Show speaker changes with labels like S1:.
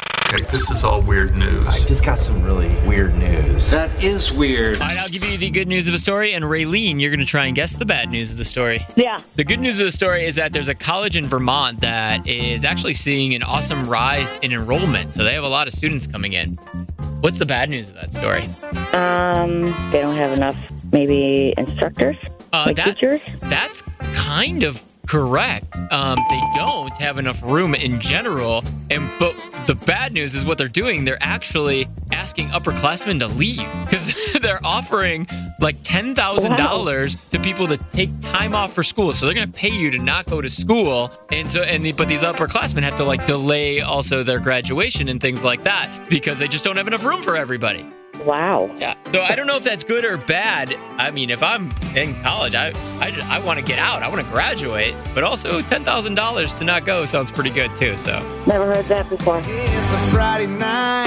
S1: Okay, this is all weird news.
S2: I just got some really weird news.
S3: That is weird.
S4: All right, I'll give you the good news of the story, and Raylene, you're going to try and guess the bad news of the story.
S5: Yeah.
S4: The good news of the story is that there's a college in Vermont that is actually seeing an awesome rise in enrollment, so they have a lot of students coming in. What's the bad news of that story?
S5: Um, they don't have enough, maybe instructors,
S4: Uh,
S5: like
S4: that-
S5: teachers.
S4: That's kind of correct. Um, they don't have enough room in general, and but the bad news is what they're doing. They're actually asking upperclassmen to leave because they're offering like ten thousand dollars to people to take time off for school. So they're going to pay you to not go to school, and so and the, but these upperclassmen have to like delay also their graduation and things like that because they just don't have enough room for everybody.
S5: Wow.
S4: Yeah. So I don't know if that's good or bad. I mean, if I'm in college, I I, just- I want to get out. I want to graduate, but also ten thousand dollars to not go sounds pretty good too. So
S5: Never heard that before.
S6: It's a Friday night.